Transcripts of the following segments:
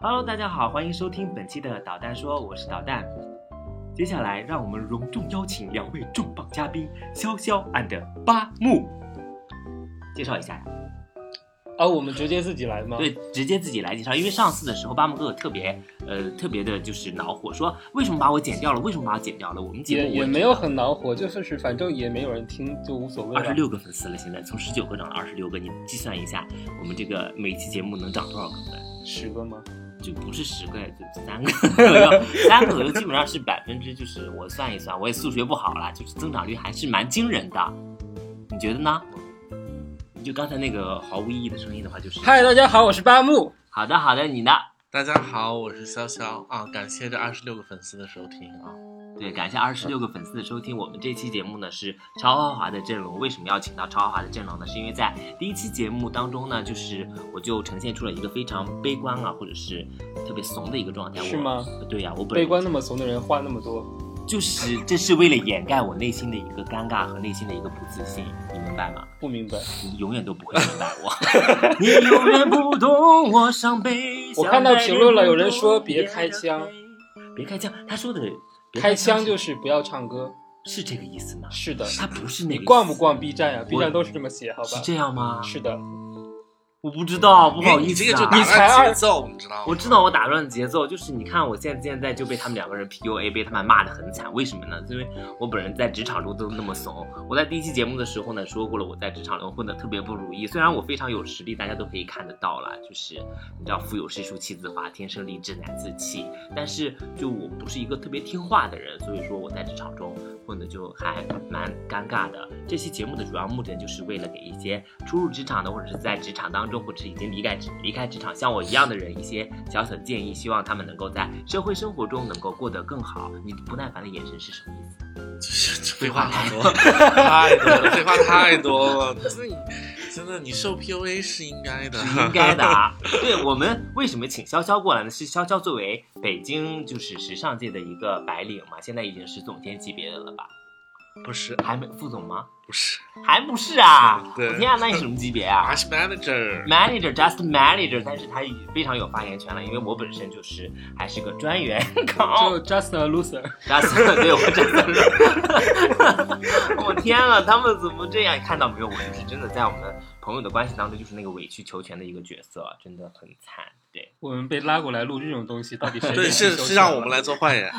Hello，大家好，欢迎收听本期的导弹说，我是导弹。接下来，让我们隆重邀请两位重磅嘉宾潇潇 and 八木，介绍一下呀。啊，我们直接自己来吗？对，，直接自己来介绍，因为上次的时候，八木哥哥特别呃特别的就是恼火，说为什么把我剪掉了？为什么把我剪掉了？我们节也目也没有很恼火，就是反正也没有人听，就无所谓二十了。六个粉丝了，现在从十九个涨到二十六个，你计算一下，我们这个每期节目能涨多少个粉？十个吗？就不是十个，就三个 左右，三个左右基本上是百分之，就是我算一算，我也数学不好啦，就是增长率还是蛮惊人的。你觉得呢？就刚才那个毫无意义的声音的话，就是嗨，大家好，我是八木。好的好的，你呢？大家好，我是潇潇啊，感谢这二十六个粉丝的收听啊。对，感谢二十六个粉丝的收听。我们这期节目呢是超豪华的阵容。为什么要请到超豪华的阵容呢？是因为在第一期节目当中呢，就是我就呈现出了一个非常悲观啊，或者是特别怂的一个状态。我是吗？对呀、我本人悲观那么怂的人话那么多，就是这是为了掩盖我内心的一个尴尬和内心的一个不自信，你明白吗？不明白。你永远都不会明白 我，你永远不懂我伤悲。我看到评论了有人说别开枪，别开枪，他说的别开枪是就是不要唱歌。是这个意思吗？是的，他不是那你个意思逛不逛 B 站呀、b 我站都是这么写，好是吧？这样吗？是的，我不知道，不因好为意哎你思这个就啊。打你才乱二节奏，你知道吗？我知道我打乱节奏，就是你看我现现在就被他们两个人 PUA，被他们骂得很惨。为什么呢？因为我本人在职场中都那么怂。我在第一期节目的时候呢，说过了，我在职场中混得特别不如意。虽然我非常有实力，大家都可以看得到啦，就是你知道“腹有诗书气自华，天生丽质难自弃”。但是就我不是一个特别听话的人，所以说我在职场中混的就还蛮尴尬的。这期节目的主要目的就是为了给一些初入职场的，或者是在职场当中，或者是已经离开职离开职场像我一样的人一些小小的建议，希望他们能够在社会生活中能够过得更好。你不耐烦的眼神是什么意思？就是这废话太多，太多了，废话太多了。这你真的，你受 PUA 是应该的，应该的啊。对我们为什么请潇潇过来呢？是潇潇作为北京就是时尚界的一个白领嘛，现在已经是总监级别的了吧？不是还没副总吗？不是还不是啊？对我天啊，那你什么级别啊？ 我是 manager， manager just manager，但是他非常有发言权了，因为我本身就是还是个专员 靠就 just a loser。 ，just 对我真的是， 我天啊，他们怎么这样？看到没有，我就是真的在我们朋友的关系当中，就是那个委曲求全的一个角色，真的很惨。对，我们被拉过来录这种东西，到底谁 对，是是让我们来做坏人。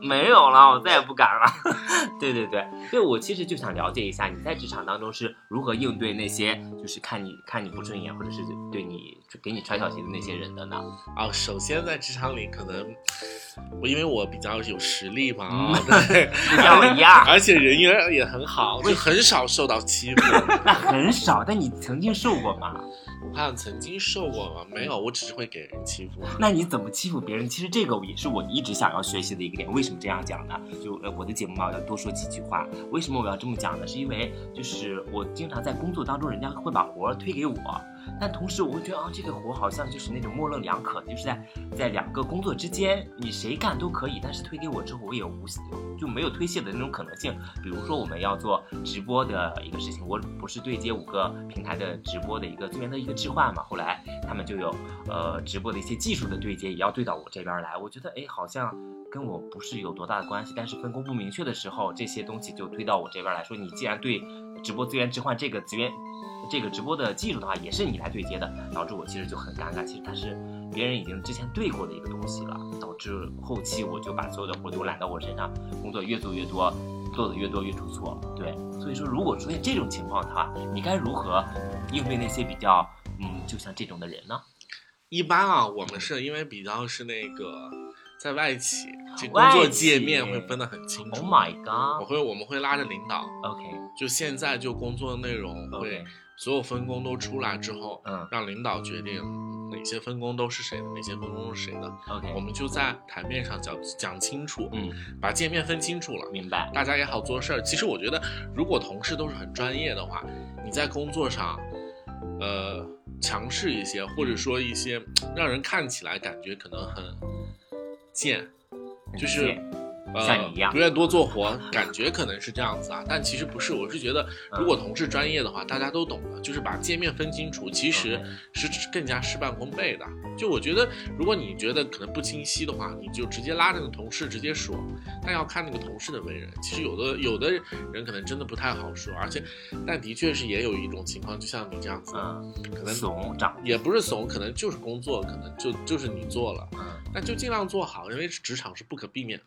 没有了，我再也不敢了。 对对对，对我其实就想了解一下你在职场当中是如何应对那些就是看你看你不顺眼，或者是对你给你穿小鞋的那些人的呢？啊，首先在职场里，可能我因为我比较有实力嘛，嗯 对，就像我一 样。而且人缘也很好，就很少受到 欺负。那很少，但你曾经受过吗？我看曾经受过吗？没有，我只是会给人欺负。那你怎么欺负别人？其实这个也是我一直想要学习的一个点。为什么这样讲呢？就呃，我的节目嘛，我要多说几句话。为什么我要这么讲呢？是因为就是我经常在工作当中，人家会把活儿推给我，但同时我会觉得啊，这个活好像就是那种模棱两可，就是在在两个工作之间，你谁干都可以，但是推给我之后，我也无就没有推卸的那种可能性。比如说我们要做直播的一个事情，我不是对接五个平台的直播的一个资源的一个置换嘛，后来他们就有呃直播的一些技术的对接，也要对到我这边来。我觉得哎，好像跟我不是有多大的关系，但是分工不明确的时候，这些东西就推到我这边来说，你既然对直播资源置换这个资源。这个直播的技术的话，也是你来对接的，导致我其实就很尴尬。其实它是别人已经之前对过的一个东西了，导致后期我就把所有的活都揽到我身上，工作越做越多，做的越多越出错。对，所以说如果出现这种情况的话，你该如何应对那些比较嗯，就像这种的人呢？一般啊，我们是因为比较是那个在外企，就工外作企界面会分得很清楚。 Oh my 我 god！OK，、会我们会拉着领导， OK，就现在就工作内容会 OK，所有分工都出来之后，嗯让领导决定哪些分工都是谁的，哪些分工都是谁的。 ，OK，我们就在台面上讲讲清楚，嗯，把界面分清楚了。明白，大家也好做事儿。其实我觉得，如果同事都是很专业的话，你在工作上，呃，强势一些，或者说一些让人看起来感觉可能很贱，很就是贱呃像你一样不愿多做活，感觉可能是这样子啊，但其实不是。我是觉得，嗯如果同事专业的话，大家都懂的，就是把界面分清楚，其实 OK 是更加事半功倍的。就我觉得，如果你觉得可能不清晰的话，你就直接拉那个同事直接说，但要看那个同事的为人。其实有的有的人可能真的不太好说，而且，但的确是也有一种情况，就像你这样子，嗯，可能怂长，也不是怂，可能就是工作，可能就就是你做了，嗯那就尽量做好，因为职场是不可避免的。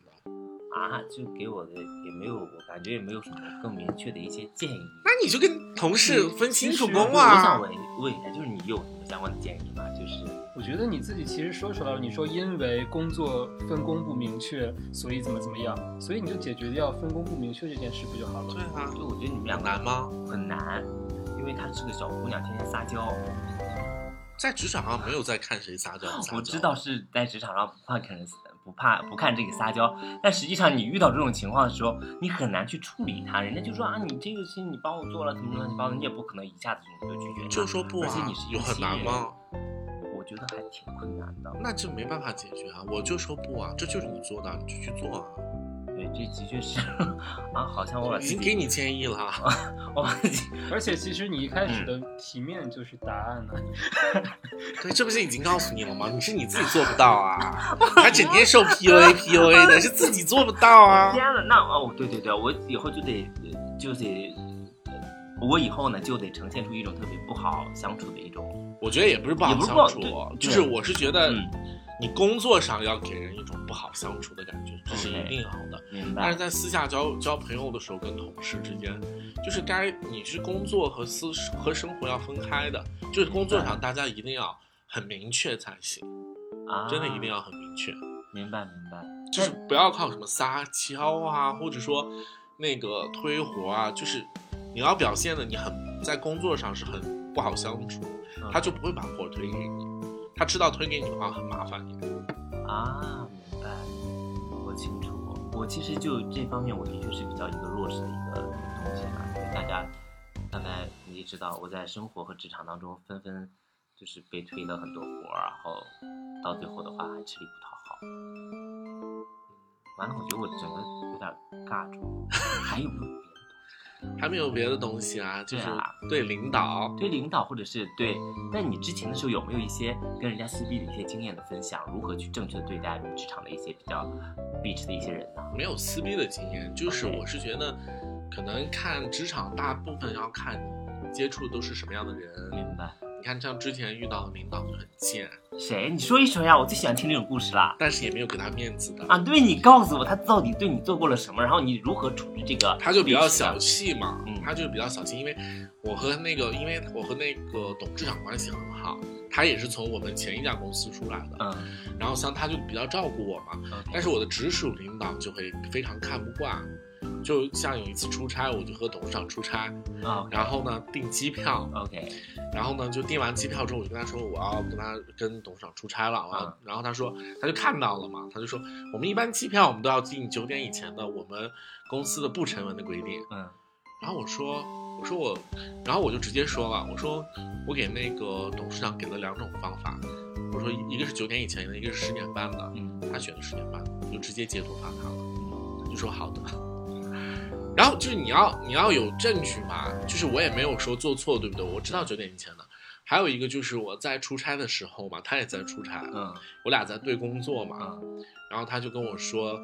啊，就给我的也没有，我感觉也没有什么更明确的一些建议。那你就跟同事嗯分清楚我工我想啊。问问一下，就是你有什么相关的建议吗？就是我觉得你自己其实说出来了，你说因为工作分工不明确，所以怎么怎么样，所以你就解决掉分工不明确这件事不就好了对吗？啊，就我嗯觉得你们两两个难吗？很难，因为她是个小姑娘，天天撒娇。在职场上没有在看谁撒娇不撒娇。哦我知道是在职场上不怕看人不怕不看这个撒娇，但实际上你遇到这种情况的时候，你很难去处理它。人家就说啊，你这个事情你帮我做了，怎么怎么你帮我，你也不可能一下子就拒绝他。就说不嗯而且啊你是，一有个很新难人吗？我觉得还挺困难的。那就没办法解决啊！我就说不啊，这就是你做的，你就去做啊！对，这的确是啊，好像我把已自经己给你建议了啊，我把自己而且其实你一嗯开始的题面就是答案呢、对，这不是已经告诉你了吗？你是你自己做不到 啊，还整天受 PUA PUA 的，是自己做不到啊！天呐，那哦，对对对，我以后就得呃就得，呃我以后呢就得呈现出一种特别不好相处的一种，我觉得也不是不也好不是不相好处对，就是对我是觉得嗯你工作上要给人一种不好相处的感觉，这是一 OK 定要的。明但白是？在私下交交朋友的时候，跟同事之间，就是该你是工作和私和生活要分开的，就是工作上大家一定要很明确才行，啊，真的一定要很明确，明白明白。就是不要靠什么撒娇啊，或者说那个推活啊，就是你要表现的你很在工作上是很不好相处，嗯他就不会把活推给你，他知道推给你的话很麻烦你。啊，明白，我清楚。我其实就这方面，我的确是比较一个弱势的一个东西吧。因为大家刚才你也知道，我在生活和职场当中纷纷就是被推了很多活儿，然后到最后的话还吃力不讨好。完了，我觉得我整个有点尬住。 还有没有别的？还没有别的东西啊，就是对啊对领导，对领导或者是对，那你之前的时候有没有一些跟人家撕逼的一些经验的分享？如何去正确的对待职场的一些比较 bitch 的一些人呢？没有撕逼的经验，就是对我是觉得，可能看职场大部分要看你接触都是什么样的人。明白。你看，像之前遇到的领导就很贱，谁？你说一说呀！我最喜欢听这种故事啦。但是也没有给他面子的，啊，对你告诉我他到底对你做过了什么，然后你如何处置这个？他就比较小。气嘛嗯，他就比较小气，因为我和那个，因为我和那个董事长关系很好，他也是从我们前一家公司出来的，嗯，然后像他就比较照顾我嘛，但是我的直属领导就会非常看不惯，就像有一次出差，我就和董事长出差，啊然后呢订机票， ，OK，然后呢就订完机票之后，我就跟他说我要跟他跟董事长出差了，我要嗯然后他说他就看到了嘛，他就说我们一般机票我们都要订九点以前的，我们公司的不成文的规定。嗯然后我说我说我，然后我就直接说了，我说我给那个董事长给了两种方法，我说一个是九点以前的，一个是十点半的。嗯他选的十点半，我就直接截图发他了，他就说好的。 然后就是你要你要有证据嘛，就是我也没有说做错，对不对？我知道九点以前的。还有一个就是我在出差的时候嘛，他也在出差，嗯我俩在对工作嘛，嗯，然后他就跟我说，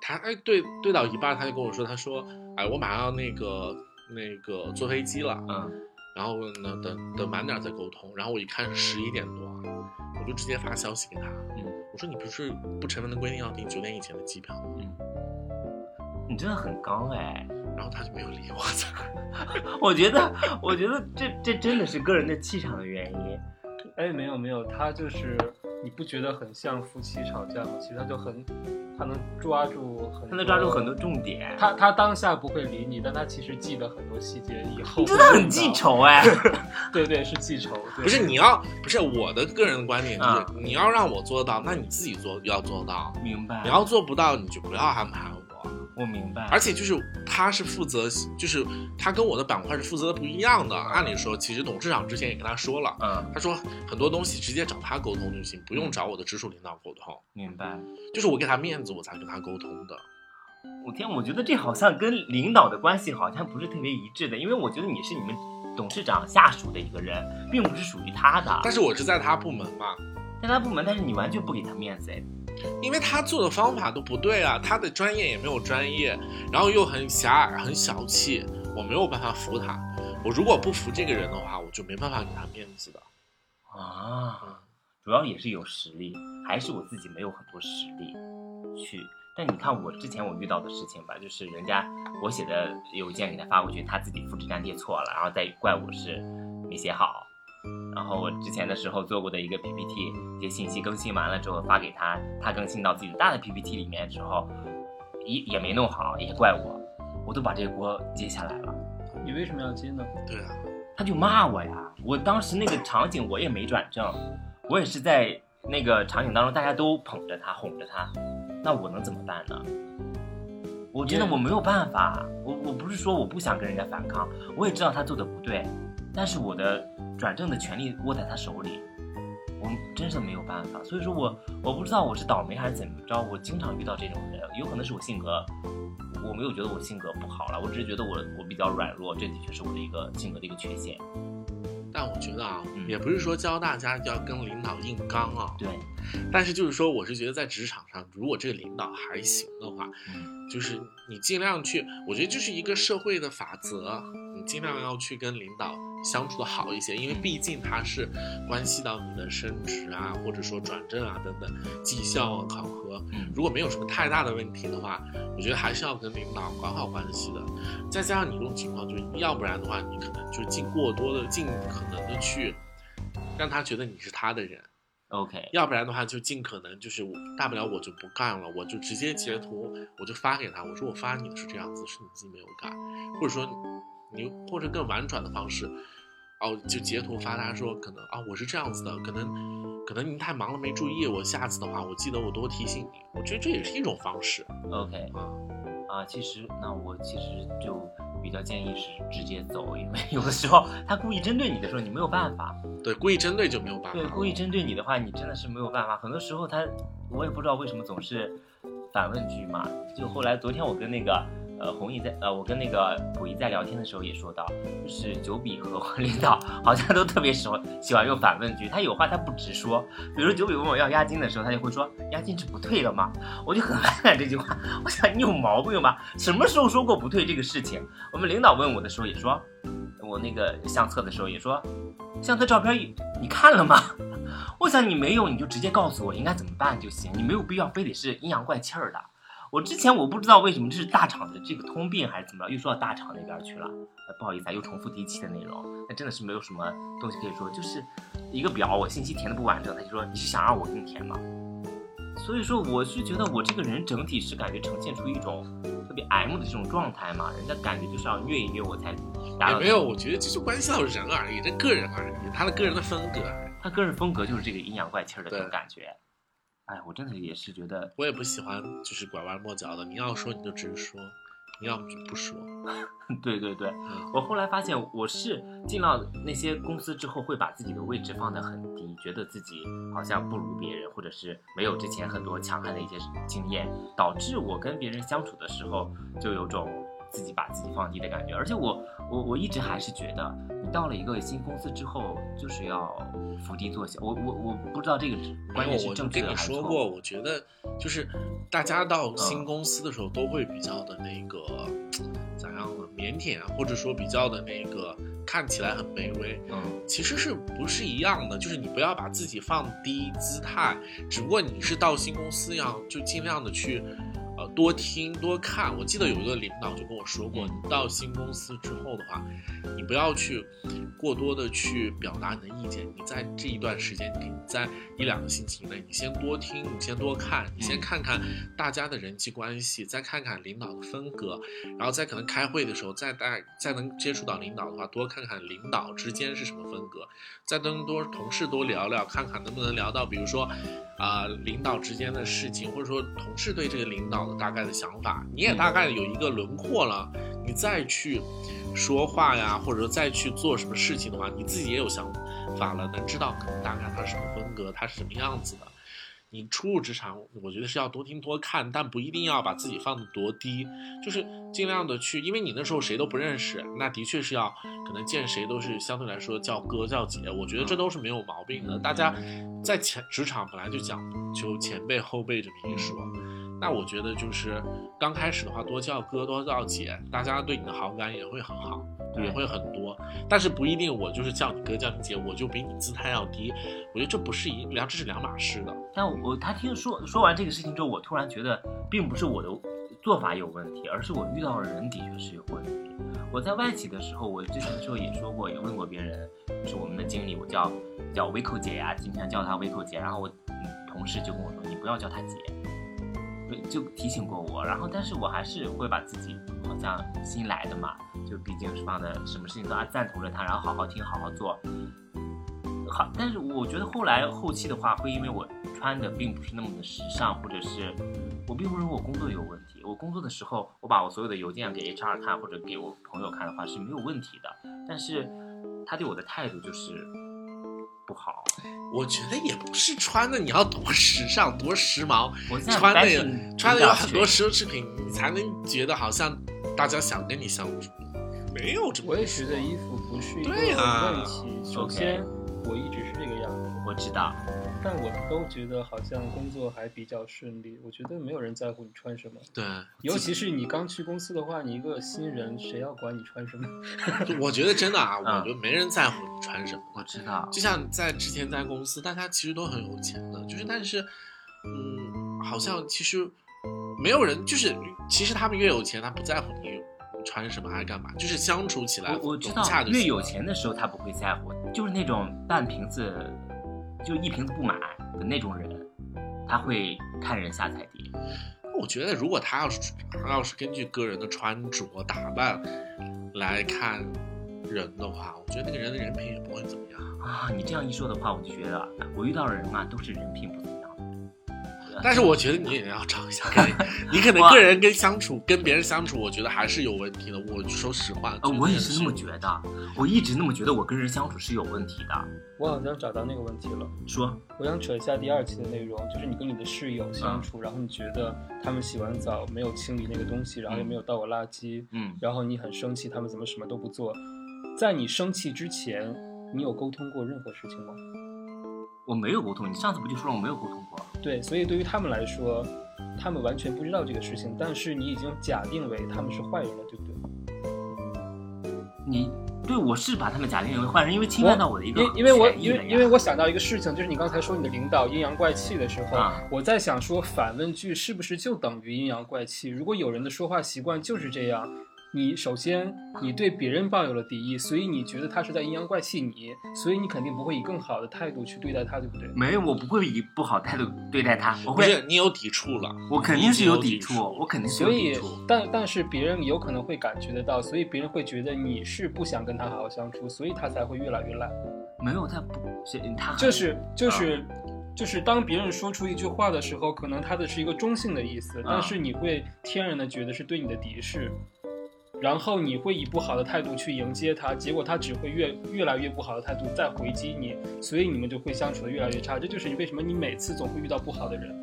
他哎对对到一半，他就跟我说，他说哎我马上要那个那个坐飞机了，嗯，然后呢等等晚点再沟通。然后我一看是十一点多啊，我就直接发消息给他，嗯我说你不是不成文的规定要订九点以前的机票吗？你真的很刚哎。然后他就没有理我。 我觉得， 我觉得这这真的是个人的气场的原因。哎，没有没有，他就是你不觉得很像夫妻吵架吗？其实他就很，他能抓住很，他能抓住很多。重点，他他当下不会理你，但他其实记得很多细节，以后你真的会很用记到。仇哎。对对，是记仇。对不是你要，嗯不是我的个人观点就是啊，你要让我做到，那你自己做要做到，明白你。要做不到你就不要安排我。我明白。而且就是他是负责，就是他跟我的板块是负责的不一样的。按理说，其实董事长之前也跟他说了，嗯，他说很多东西直接找他沟通就行，不用找我的直属领导沟通。明白。就是我给他面子，我才跟他沟通的。我天，我觉得这好像跟领导的关系好像不是特别一致的，因为我觉得你是你们董事长下属的一个人，并不是属于他的。但是我是在他部门嘛，在他部门，但是你完全不给他面子，哎，因为他做的方法都不对啊，他的专业也没有专业，然后又很狭隘、很小气，我没有办法服他。我如果不服这个人的话，我就没办法给他面子的。啊，主要也是有实力，还是我自己没有很多实力去。但你看我之前我遇到的事情吧，就是人家我写的邮件给他发过去，他自己复制粘贴错了，然后再怪我是没写好。然后我之前的时候做过的一个 PPT，这信息更新完了之后发给他，他更新到自己的大的 PPT 里面之后，也也没弄好，也怪我，我都把这个锅接下来了。你为什么要接呢？对啊，他就骂我呀。我当时那个场景我也没转正，我也是在那个场景当中，大家都捧着他，哄着他，那我能怎么办呢？我真的对我没有办法，我我不是说我不想跟人家反抗，我也知道他做的不对，但是我的转正的权利握在他手里，我真是没有办法。所以说我我不知道我是倒霉还是怎么着，我经常遇到这种人，有可能是我性格，我没有觉得我性格不好了，我只是觉得我我比较软弱，这的确是我的一个性格的一个缺陷。但我觉得啊，嗯也不是说教大家要跟领导硬刚啊，对，但是就是说，我是觉得在职场上，如果这个领导还行的话，嗯就是你尽量去，我觉得这是一个社会的法则，你尽量要去跟领导相处的好一些，因为毕竟他是关系到你的升职啊，或者说转正啊等等绩效啊考核。嗯如果没有什么太大的问题的话，我觉得还是要跟领导搞好关系的。再加上你这种情况，就是要不然的话，你可能就尽过多的、尽可能的去让他觉得你是他的人。 ，OK，要不然的话，就尽可能就是我大不了我就不干了，我就直接截图，我就发给他，我说我发你的是这样子，是你自己没有干，或者说你或者更婉转的方式，哦，就截图发他说可能啊、我是这样子的，可能可能您太忙了没注意，我下次的话我记得我多提醒你，我觉得这也是一种方式 OK，啊。啊，其实那我其实就比较建议是直接走，因为有的时候他故意针对你的时候，你没有办法。对，故意针对就没有办法对，了。故意针对你的话，你真的是没有办法。很多时候他，我也不知道为什么总是反问句嘛。就后来昨天我跟那个呃红姨在呃我跟那个溥仪在聊天的时候也说到，就是九比和我领导好像都特别喜欢喜欢用反问句，他有话他不直说。比如九比问我要押金的时候，他就会说押金是不退的嘛，我就很反感这句话。我想你有毛病吧？什么时候说过不退这个事情？我们领导问我的时候也说，我那个相册的时候也说，相册照片你你看了吗？ 我想你没有，你就直接告诉我应该怎么办就行，你没有必要非得是阴阳怪气儿的。我之前我不知道为什么这是大厂的这个通病还是怎么着，又说到大厂那边去了。呃不好意思啊，又重复第一期的内容，那真的是没有什么东西可以说，就是一个表，我信息填的不完整，他就说你是想让我给你填吗？所以说，我是觉得我这个人整体是感觉呈现出一种特别 M 的这种状态嘛，人家感觉就是要虐一虐我才达也到。没有，，我觉得这就关系到人而已，这个人而已，他的个人的风格而已。他个人风格就是这个阴阳怪气儿的这种对感觉。哎，我真的也是觉得 我也不喜欢就是拐弯抹角的，你要说你就直说，你要么就不说。对对对，嗯我后来发现我是进到那些公司之后，会把自己的位置放得很低，觉得自己好像不如别人，或者是没有之前很多强悍的一些经验，导致我跟别人相处的时候就有种自己把自己放低的感觉。而且我我我一直还是觉得，你到了一个新公司之后，就是要伏低做小。我我我不知道这个是观因为念是我正确跟的你还嗯是说错过，误。我觉得就是大家到新公司的时候都会比较的那个咋样呢？腼腆，啊或者说比较的那个看起来很卑微，嗯，其实是不是一样的？就是你不要把自己放低姿态，只不过你是到新公司要就尽量的去。呃，多听多看。我记得有一个领导就跟我说过，你到新公司之后的话，你不要去过多的去表达你的意见。你在这一段时间，你在一两个星期内，你先多听，你先多看，你先看看大家的人际关系，再看看领导的风格，然后再可能开会的时候，再带再能接触到领导的话，多看看领导之间是什么风格，再跟多同事多聊聊，看看能不能聊到，比如说，呃领导之间的事情，或者说同事对这个领导的大概的想法，你也大概有一个轮廓了，你再去说话呀，或者说再去做什么事情的话，你自己也有想法了，能知道可能大概他是什么风格，他是什么样子的。你初入职场，我觉得是要多听多看，但不一定要把自己放得多低，就是尽量的去，因为你那时候谁都不认识，那的确是要可能见谁都是相对来说叫哥叫姐，我觉得这都是没有毛病的。大家在前职场本来就讲究前辈后辈这么一说，那我觉得就是刚开始的话多叫哥多叫姐，大家对你的好感也会很好，对也会很多。但是不一定我就是叫你哥叫你姐，我就比你姿态要低，我觉得这不是一两这是两码事的。但我他听说说完这个事情之后，我突然觉得，并不是我的做法有问题，而是我遇到的人的确是有问题。我在外企的时候，我之前的时候也说过，也问过别人，就是我们的经理，我叫叫薇蔻姐呀、经常叫她薇蔻姐。然后我嗯同事就跟我说，你不要叫她姐，就提醒过我。然后，但是我还是会把自己好像新来的嘛，就毕竟是放在什么事情都要赞同着她，然后好好听，好好做。好，但是我觉得后来后期的话，会因为我穿的并不是那么的时尚，或者是我并不是说我工作有问题。我工作的时候，我把我所有的邮件给 HR 看或者给我朋友看的话是没有问题的，但是他对我的态度就是不好。我觉得也不是穿的你要多时尚多时髦，我现在穿的白领也穿的比有较很多学奢侈品，你才能觉得好像大家想跟你相处。没有这么我也觉得衣服不是一个对啊问题。首先，我一直是这个样子，我知道，但我都觉得好像工作还比较顺利。我觉得没有人在乎你穿什么，对，尤其是你刚去公司的话，你一个新人，谁要管你穿什么？ 我觉得真的啊，我嗯觉得没人在乎你穿什么。我知道，就像在之前在公司，大家其实都很有钱的，就是但是，嗯，好像其实没有人，就是其实他们越有钱，他不在乎你穿什么还是干嘛，就是相处起来我我知融道洽，就越行有了钱的时候他不会在乎，就是那种半瓶子就一瓶子不满的那种人，他会看人下菜碟。我觉得，如果他要是他要是根据个人的穿着打扮来看人的话，我觉得那个人的人品也不会怎么样。啊，你这样一说的话，我就觉得啊我遇到的人嘛，都是人品不怎么样的。但是我觉得你也要找一下个人，你可能个人跟相处跟别人相处，我觉得还是有问题的。我说实话，呃，我也是是那么觉得，啊我一直那么觉得，我跟人相处是有问题的。我好像找到那个问题了。说，我想扯一下第二期的内容，就是你跟你的室友相处，然后你觉得他们洗完澡没有清理那个东西，然后也没有倒过垃圾，嗯，然后你很生气，他们怎么什么都不做。在你生气之前，你有沟通过任何事情吗？我没有沟通，你上次不就说了我没有沟通过？对，所以对于他们来说，他们完全不知道这个事情，但是你已经假定为他们是坏人了，对不对？你对我是把他们假定为坏人，因为侵犯到我的一个因因为我权益因了为呀因为我想到一个事情，就是你刚才说你的领导阴阳怪气的时候，啊我在想说反问句是不是就等于阴阳怪气？如果有人的说话习惯就是这样，你首先你对别人抱有了敌意，所以你觉得他是在阴阳怪气你，所以你肯定不会以更好的态度去对待他，对不对？没有，我不会以不好态度对待他，我不会是，你有抵触了，我肯定是有抵你已经触，有抵触我肯定是有所抵以触。，但但是别人有可能会感觉得到，所以别人会觉得你是不想跟他好好相处，所以他才会越来越烂。没有他不，谁他就是就是就是，当别人说出一句话的时候，可能他的是一个中性的意思，啊但是你会天然的觉得是对你的敌视，然后你会以不好的态度去迎接他，结果他只会越越来越不好的态度再回击你，所以你们就会相处的越来越差。这就是你为什么你每次总会遇到不好的人。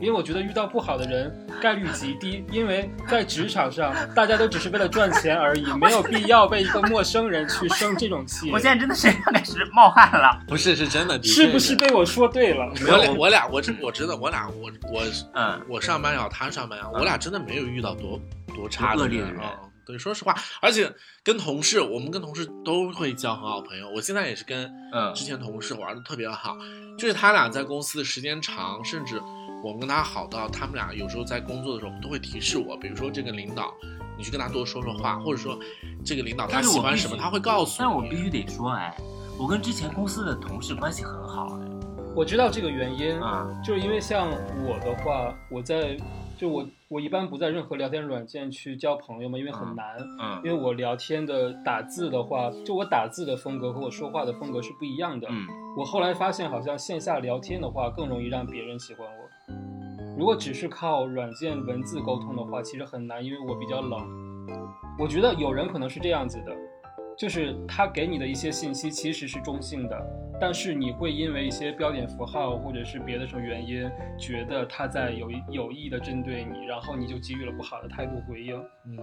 因为我觉得遇到不好的人 概率极低，因为在职场上，大家都只是为了赚钱而已，没有必要为一个陌生人去生这种气。我现在真的是要开始冒汗了。不是是真的，的确是不是被我说对了？我俩我俩我真我真的我俩我我嗯，我上班也好，他上班也好，我俩真的没有遇到多多差多恶的劣的人人啊。对，说实话，而且跟同事，我们跟同事都会交很好朋友。我现在也是跟嗯之前同事玩的特别好，就是他俩在公司的时间长，甚至我们跟他好到他们俩有时候在工作的时候都会提示我，比如说这个领导，你去跟他多说说话，或者说这个领导他但是我喜欢必须什么，他会告诉但我必你。须得说，哎，我跟之前公司的同事关系很好，我知道这个原因哎，啊，就是因为像我的话，我在就我我一般不在任何聊天软件去交朋友嘛，因为很难。嗯因为我聊天的打字的话，就我打字的风格和我说话的风格是不一样的。嗯我后来发现，好像线下聊天的话更容易让别人喜欢我。如果只是靠软件文字沟通的话，其实很难，因为我比较冷。我觉得有人可能是这样子的，就是他给你的一些信息其实是中性的，但是你会因为一些标点符号或者是别的什么原因，觉得他在有意有意的针对你，然后你就给予了不好的态度回应。嗯，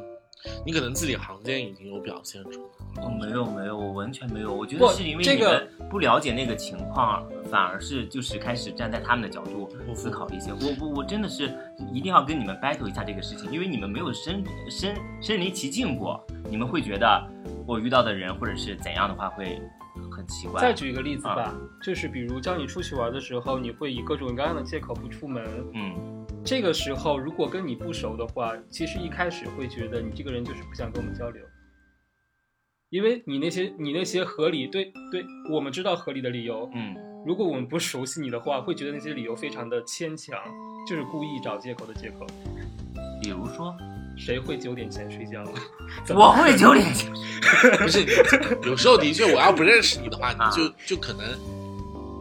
你可能字里行间已经有表现出来了。哦，没有没有，我完全没有。我觉得不是因为这你个们不了解那个情况，反而是就是开始站在他们的角度不思考一些。我我我真的是一定要跟你们 battle 一下这个事情，因为你们没有身身身临其境过，你们会觉得我遇到的人或者是怎样的话会很奇怪。再举一个例子吧，就是比如叫你出去玩的时候，你会以各种各样的借口不出门。嗯这个时候，如果跟你不熟的话，其实一开始会觉得你这个人就是不想跟我们交流，因为你那些你那些合理对对，我们知道合理的理由。嗯如果我们不熟悉你的话，会觉得那些理由非常的牵强，就是故意找借口的借口。比如说，谁会九点前睡 觉？怎么我会九点 不是，你有时候的确，我要不认识你的话，你就啊就可能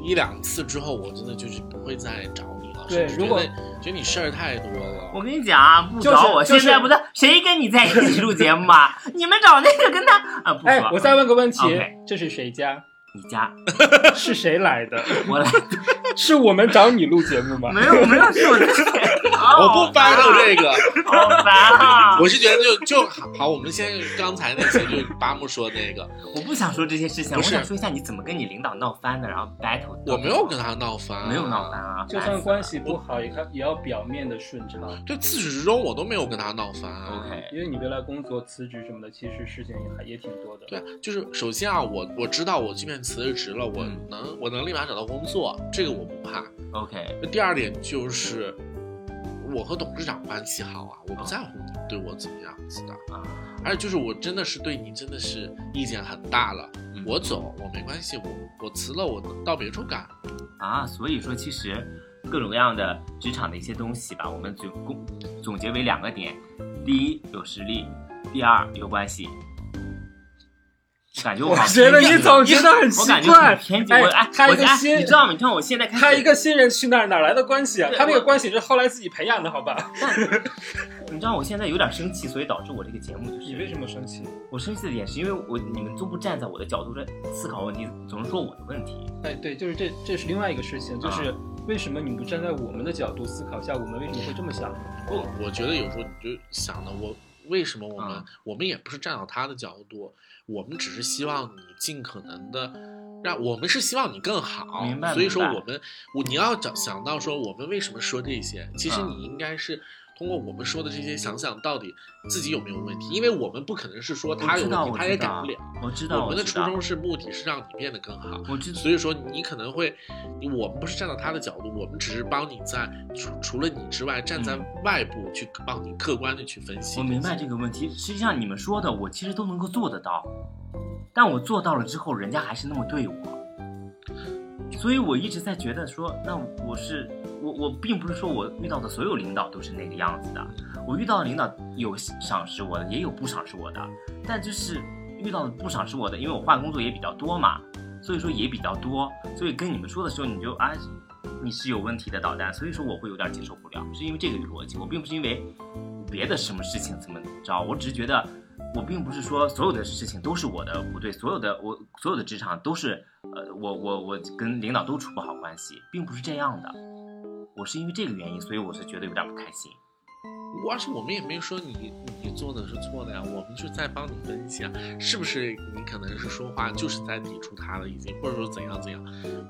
一两次之后，我真的就是不会再找你了。对甚至如觉果得觉得你事儿太多我了，跟你讲啊，不就找是我，就是现在不在，谁跟你在一起录节目啊？你们找那个跟他啊，不说。哎，我再问个问题啊 OK 这是谁家？你家，是谁来的？ 我来，是我们找你录节目吗？没有没有，是我自 己。我我不 battle 这个。 好哦烦啊！我是觉得就就好，好我们先刚才那些，就巴木说那个，我不想说这些事情，不我是想说一下你怎么跟你领导闹翻的，然后 battle。我没有跟他闹翻，没有闹翻。啊，就烦死算了关系不好，也看也要表面的顺畅。对，自始至终我都没有跟他闹翻啊。 OK，因为你未来工作辞职什么的，其实事情也还也挺多的。对，就是首先啊，我我知道我即便辞了职了，我嗯能我能立马找到工作，这个我不怕。 OK，第二点就是，我和董事长关系好啊，我不在乎你对我怎么样子的，啊，而且就是我真的是对你真的是意见很大了，嗯我走我没关系，我我辞了我到别处干，啊，所以说其实各种各样的职场的一些东西吧，我们总共总结为两个点：第一，有实力；第二，有关系。感觉我好觉得偏你激 总结的很我奇感觉怪很偏。激。我哎哎，，他我一个哎新你知道吗？你看我现在开始，他一个新人去那儿，哪来的关系啊？对他那个我关系是后来自己培养的，好吧？你知道我现在有点生气，所以导致我这个节目就是 你为什么生气？我生气的点是因为我你们都不站在我的角度在思考问题，总是说我的问题。哎，对，就是这，这是另外一个事情，就是为什么你不站在我们的角度思考一下，我们为什么会这么想？我我觉得有时候你就想的我。为什么我们、嗯我们也不是站到他的角度，我们只是希望你尽可能的让我们是希望你更好，明白所以说明白我们我你要想想到说我们为什么说这些，其实嗯你应该是通过我们说的这些想想到底自己有没有问题，因为我们不可能是说他我有知道，问题，我他知也改道不了。，我知道，我们的知初道衷，是目的是让你变得更好，我知道，所以说你可能会，你我们不是站到他的角度，我们只是帮你在除除了你之外，站在外部去帮你客观的去分嗯析。我明白这个问题。实际上你们说的，我其实都能够做得到，但我做到了之后，人家还是那么对我，所以我一直在觉得说，那我是我我并不是说我遇到的所有领导都是那个样子的，我遇到的领导有赏识我的，也有不赏识我的，但就是遇到的不赏识我的，因为我换工作也比较多嘛，所以说也比较多，所以跟你们说的时候，你就啊，你是有问题的导弹，所以说我会有点接受不了，是因为这个逻辑，我并不是因为别的什么事情怎么着，我只是觉得我并不是说所有的事情都是我的不对，所有的我所有的职场都是呃，我我我跟领导都处不好关系，并不是这样的，我是因为这个原因，所以我是觉得有点不开心。而且我们也没说你你做的是错的呀，我们就在帮你分析啊，是不是你可能是说话就是在抵触他了已经，或者说怎样怎样，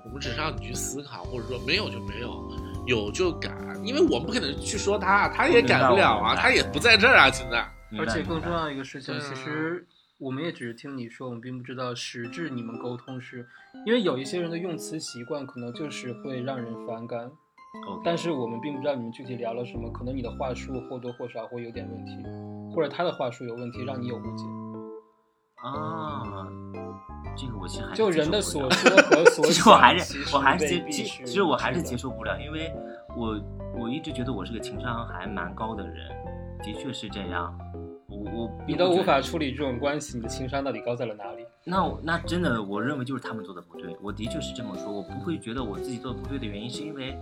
我们只是让你去思考，或者说没有就没有，有就改，因为我们不可能去说他，他也改不了我明啊，白他也不在这儿啊，现在。明而白且明白更重要的一个事情，对啊其实我们也只是听你说，我们并不知道实质你们沟通是，因为有一些人的用词习惯可能就是会让人反感， OK，但是我们并不知道你们具体聊了什么，可能你的话术或多或少会有点问题，或者他的话术有问题，让你有误解。啊，这个我其实还是就人的接受不所了 说和所其实我还想，是我还是接未必其是其实我还是接一致的。受不了，因为我我一直觉得我是个情商还蛮高的人，的确是这样。我我你都无法。法处理这种关系，你的情商到底高在了哪里？那我那真的，我认为就是他们做的不对。我的确是这么说，我不会觉得我自己做的不对的原因，是因为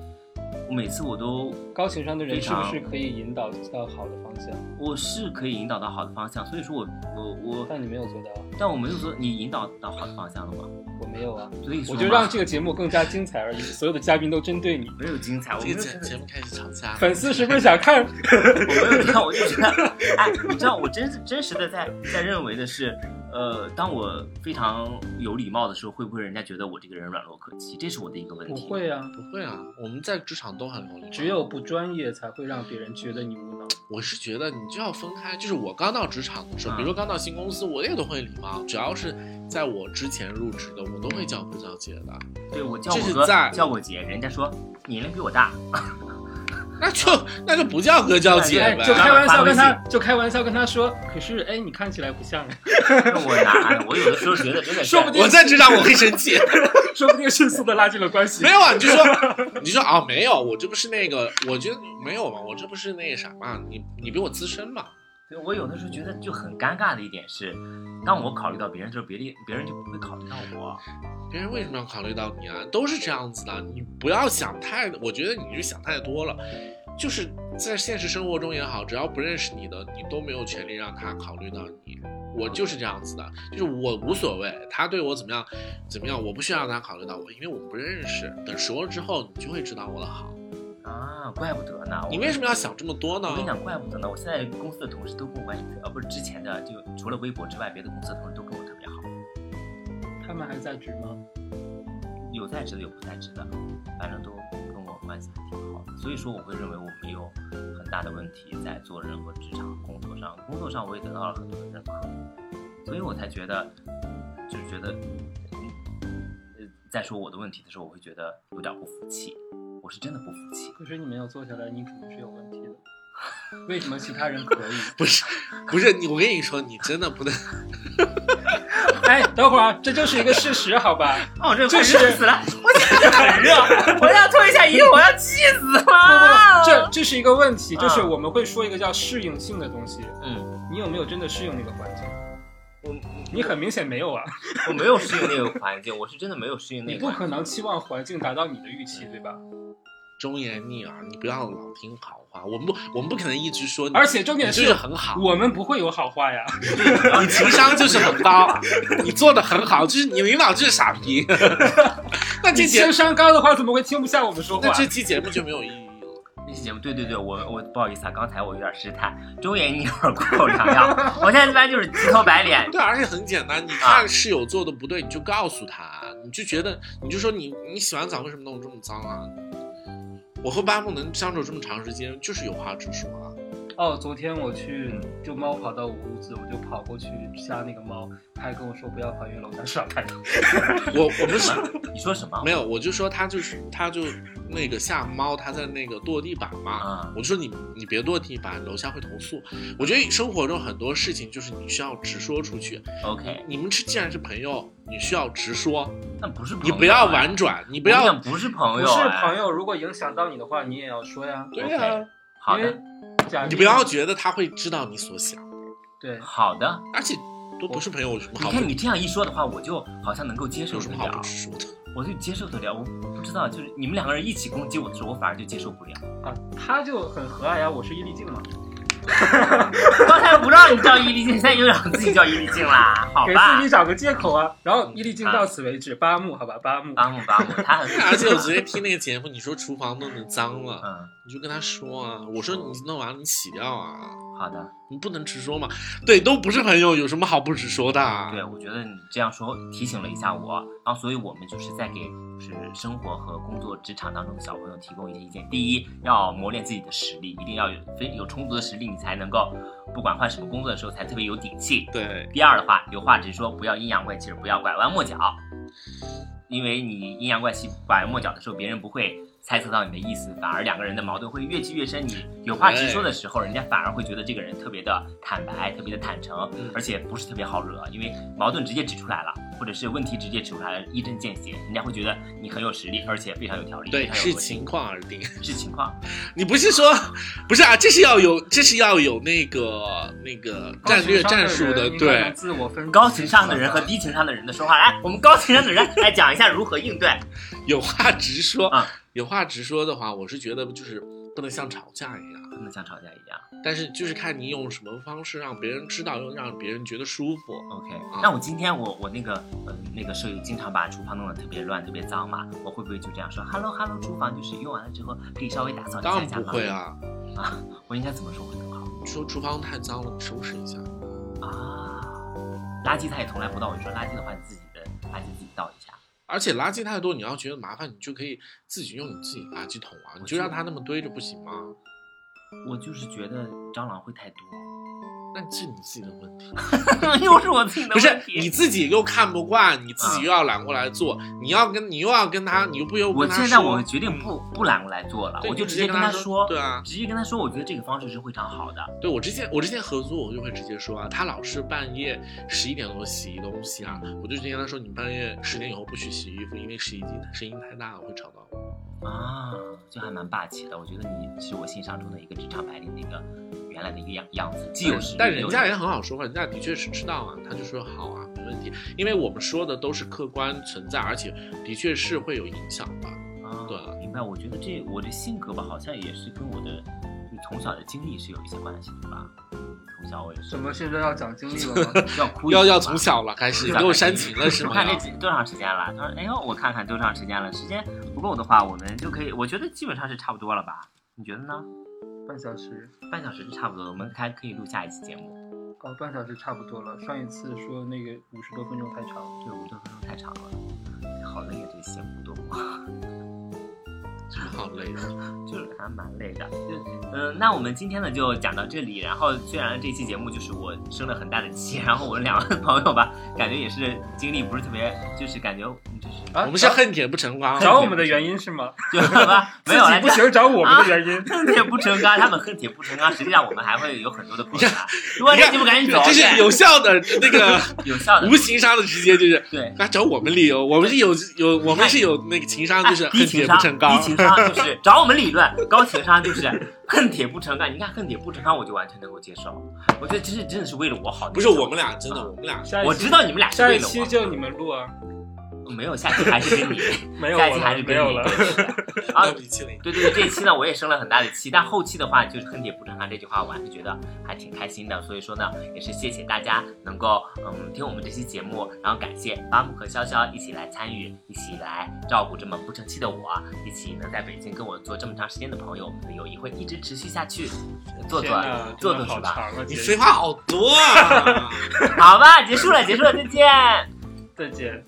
我每次我都高情商的人非是不常是可以引导到好的方向？我是可以引导到好的方向，所以说我我我，但你没有做到，但我没有说你引导到好的方向了吗？我没有啊。所以说我嘛就让这个节目更加精彩而已，所有的嘉宾都针 对你。没有精彩，我没这有个真节节的，目开始啊吵架了，粉丝是不是想看？ 我没有看，我就觉得，哎，你知道我真是真实的在在认为的是，呃，当我非常有礼貌的时候，会不会人家觉得我这个人软弱可欺？这是我的一个问不题。会啊，不会啊，我们在职场都很容易。只有不专业才会让别人觉得你无能。我是觉得你就要分开，就是我刚到职场的时嗯候，比如说刚到新公司，我也都会礼貌，只要是在我之前入职的，我都会叫哥叫姐的。对我叫这我是哥在叫我姐，人家说年龄比我大，那就那就不叫哥叫姐啊哎，呗。就开玩笑跟他发微，就开玩笑跟他说，可是哎，你看起来不像，我哪？我有的时候觉得真的是 说不定我在职场我会生 气， 说不定迅速的拉近了关系没。有啊？你就说，你就说啊，没有，我这不是那个，我觉得没有嘛，我这不是那个啥嘛，你你比我资深嘛，对我有的时候觉得就很尴尬的一点是，当我考虑到别人的时候，别人别人就不会考虑到我。别人为什么要考虑到你啊？都是这样子的，你不要想太，我觉得你就想太多了。就是在现实生活中也好，只要不认识你的，你都没有权利让他考虑到你。我就是这样子的，就是我无所谓，他对我怎么样，怎么样，我不需要让他考虑到我，因为我们不认识。等熟了之后，你就会知道我的好。啊，怪不得呢！我你为什么要想这么多呢我？跟你讲，怪不得呢！我现在公司的同事都跟我关系，呃，不是之前的，就除了微博之外，别的公司的同事都跟我特别好，他们还在职吗？有在职的，有不在职的，反正都跟我关系还挺好的。所以说，我会认为我没有很大的问题在做任何职场工作上，工作上我也得到了很多的认可，所以我才觉得，就是觉得，嗯呃，在说我的问题的时候，我会觉得有点不服气，我是真的不服气。可是你没有做下来，你肯定是有问 题的。为什么其他人可以？不是，不是你，我跟你说，你真的不能。哎，等会儿啊，这就是一个事实，好吧？哦，这这快是热死了！我现在很热，我要脱一下衣服，我要气死哦了！这这是一个问题，就是啊我们会说一个叫适应性的东西。嗯，你有没有真的适应那个环境？我你很明显没有啊， 我没有适应那个环境，我是真的没有适应那你个不环境。可能期望环境达到你的预嗯期，对吧？忠言逆耳，你不要老听好话。我们不，我们不可能一直说你，而且重你点就是很好。我们不会有好话呀。你情商就是很高，你做的很好，就是你领导就是傻逼。 那这你节情商高的话，怎么会听不下我们说话那？这期节目就没有意义了。那期节目，对对对，我我不好意思啊，刚才我有点失态，忠言逆耳，苦口良药。我现在一般就是急头白脸，对，而且很简单，你看室友做的不对，你就告诉他，你就觉得，你就说你你洗完澡为什么弄得这么脏啊？我和巴木能相处这么长时间，就是有话直说啊。哦，昨天我去就猫跑到我屋子，我就跑过去掐那个猫，它还跟我说不要跑，因为楼下耍太阳。我我不是你说什么？没有，我就说他就是他就那个下猫，他在那个跺地板嘛。啊，我就说你你别跺地板，楼下会投诉。我觉得生活中很多事情就是你需要直说出去， ，OK，你们是既然是朋友，你需要直说，那不是朋你友、啊不要婉，转，你不要不是朋不友、是哎朋。友，如果影响到你的话，你也要说呀。对呀、好因为的，假定你不要觉得他会知道你所想，对。好的。而且都不是朋友，有什么你好看你这样一说的话，我就好像能够接受有什得么好了不，直说的？ 我就接受得了。我不知道，就是你们两个人一起攻击我的时候，我反而就接受不了。啊，他就很和蔼呀、我是伊丽静嘛，刚才不让你叫伊丽静，现在又让自己叫伊丽静啦，好给吧自己？找个借口啊。然后伊丽静到此为止，八木好吧，八木。巴姆巴姆，他 很而且我昨天听那个节目，你说厨房弄得脏了，嗯，你就跟他说啊，我说你弄完了你洗掉啊，好的，你不能直说嘛。对，都不是朋友，有什么好不直说的、啊？对，我觉得你这样说提醒了一下我，然后所以我们就是在给就是生活和工作职场当中的小朋友提供一些意见。第一，要磨练自己的实力，一定要有非有充足的实力，你才能够不管换什么工作的时候才特别有底气。对，第二的话，有话直说，不要阴阳怪气，不要拐弯抹角，因为你阴阳怪气、拐弯抹角的时候，别人不会猜测到你的意思，反而两个人的矛盾会越积越深。你有话直说的时候，人家反而会觉得这个人特别的坦白、特别的坦诚嗯，而且不是特别好惹，因为矛盾直接指出来了。或者是问题直接指出来，一针见血，人家会觉得你很有实力，而且非常有条理。对，非常视有逻辑情况而定。视情况，你不是说，不是啊？这是要有，这是要有那个那个战略高情商战术人的，应该能对，自我分高情商的人和低情商的人的说话。来，我们高情商的人来讲一下如何应对。有话直说啊。有话直说的话，我是觉得就是不能像吵架一样，不能像吵架一样。但是就是看你用什么方式让别人知道，又让别人觉得舒服。 OK，啊那我今天我我那个呃那个舍友经常把厨房弄得特别乱、特别脏嘛，我会不会就这样说？Hello Hello，厨房就是用完了之后可以稍微打扫一当下然家不吗？会啊，啊，我应该怎么说会更好说厨房太脏了，收拾一下。啊？垃圾他也从来不倒，我说垃圾的话，你自己的垃圾自己倒一下。而且垃圾太多，你要觉得麻烦，你就可以自己用你自己垃圾桶啊，你就让它那么堆着不行吗？我就是觉得蟑螂会太多， 那这是你自己的问题，又是我自己的不是问题。嗯你自己又看不惯，你自己又要揽过来做，你要跟你又要跟他，你又不又我跟他说嗯现在我决定不不揽过来做了，对我你就直直接接跟跟他他说说，对啊直接跟他说，我觉得这个方式是非常好的。对我之前我之前合作，我就会直接说啊，他老是半夜十一点多洗东西啊，我就直接跟他说，你半夜十点以后不许洗衣服，因为洗衣机声音太大了会吵到我。啊，就还蛮霸气的。我觉得你是我欣赏中的一个职场白领的一个原来的一个样样子，既有实力，但也人有家也很好说话，人家的确是知道啊，他就说好啊，没问题，因为我们说的都是客观存在，而且的确是会有影响的。啊对明白。我觉得这我的性格吧，好像也是跟我的就从小的经历是有一些关系的吧。从小我也是什么现在要讲经历了吗？要哭一要下要吧从小了开始，对给我煽情了是 我吗看？这几多长时间了？他说：“哎呦，我看看多长时间了，时间不够的话，我们就可以，我觉得基本上是差不多了吧？你觉得呢？半小时半小时是差不多的，我们还可以录下一期节目。哦，半小时差不多了。上一次说那个五十多分钟太长了。对，五十多分钟太长了，好累啊，这些不多。真的好累啊。就是还蛮累的。就嗯，那我们今天呢就讲到这里。然后虽然这期节目就是我生了很大的气，然后我们两个朋友吧，感觉也是经历不是特别，就是感觉嗯就是啊我们是恨铁不成钢，找我们的原因是吗？就好 吧，没有啊自来己不行，找我们的原因。恨铁不成钢，他们恨铁不成钢，实际上我们还会有很多的困 难。如果这节目赶紧走，这是有效 的那个有效的无，情商的直接就是。对。来找我们理由，我们是有有，我们是有那个情商，就是哎低情恨铁商不，成钢低。情商就是 找我们理论，高情商就是恨铁不成钢。你看恨铁不成钢，我就完全能够接受。我觉得这是真的是为了我好。不是我们俩真的，我们俩下一期我知道你们俩是下为一了期我就你们录啊，好，没有下期还是跟你， 没有下我一期还是了，跟没你有了。 对啊闹。脾气了。对对对，这一期呢我也生了很大的气，但后期的话就是恨铁不成钢这句话，我还是觉得还挺开心的。所以说呢，也是谢谢大家能够嗯听我们这期节目，然后感谢巴木和潇潇一起来参与，一起来照顾这么不成器的我，一起能在北京跟我做这么长时间的朋友，我们的友谊会一直持续下去。做天做哪真的做做好是吧？长啊，你姐废话好多啊！好吧，结束了，结束了，再见。再见。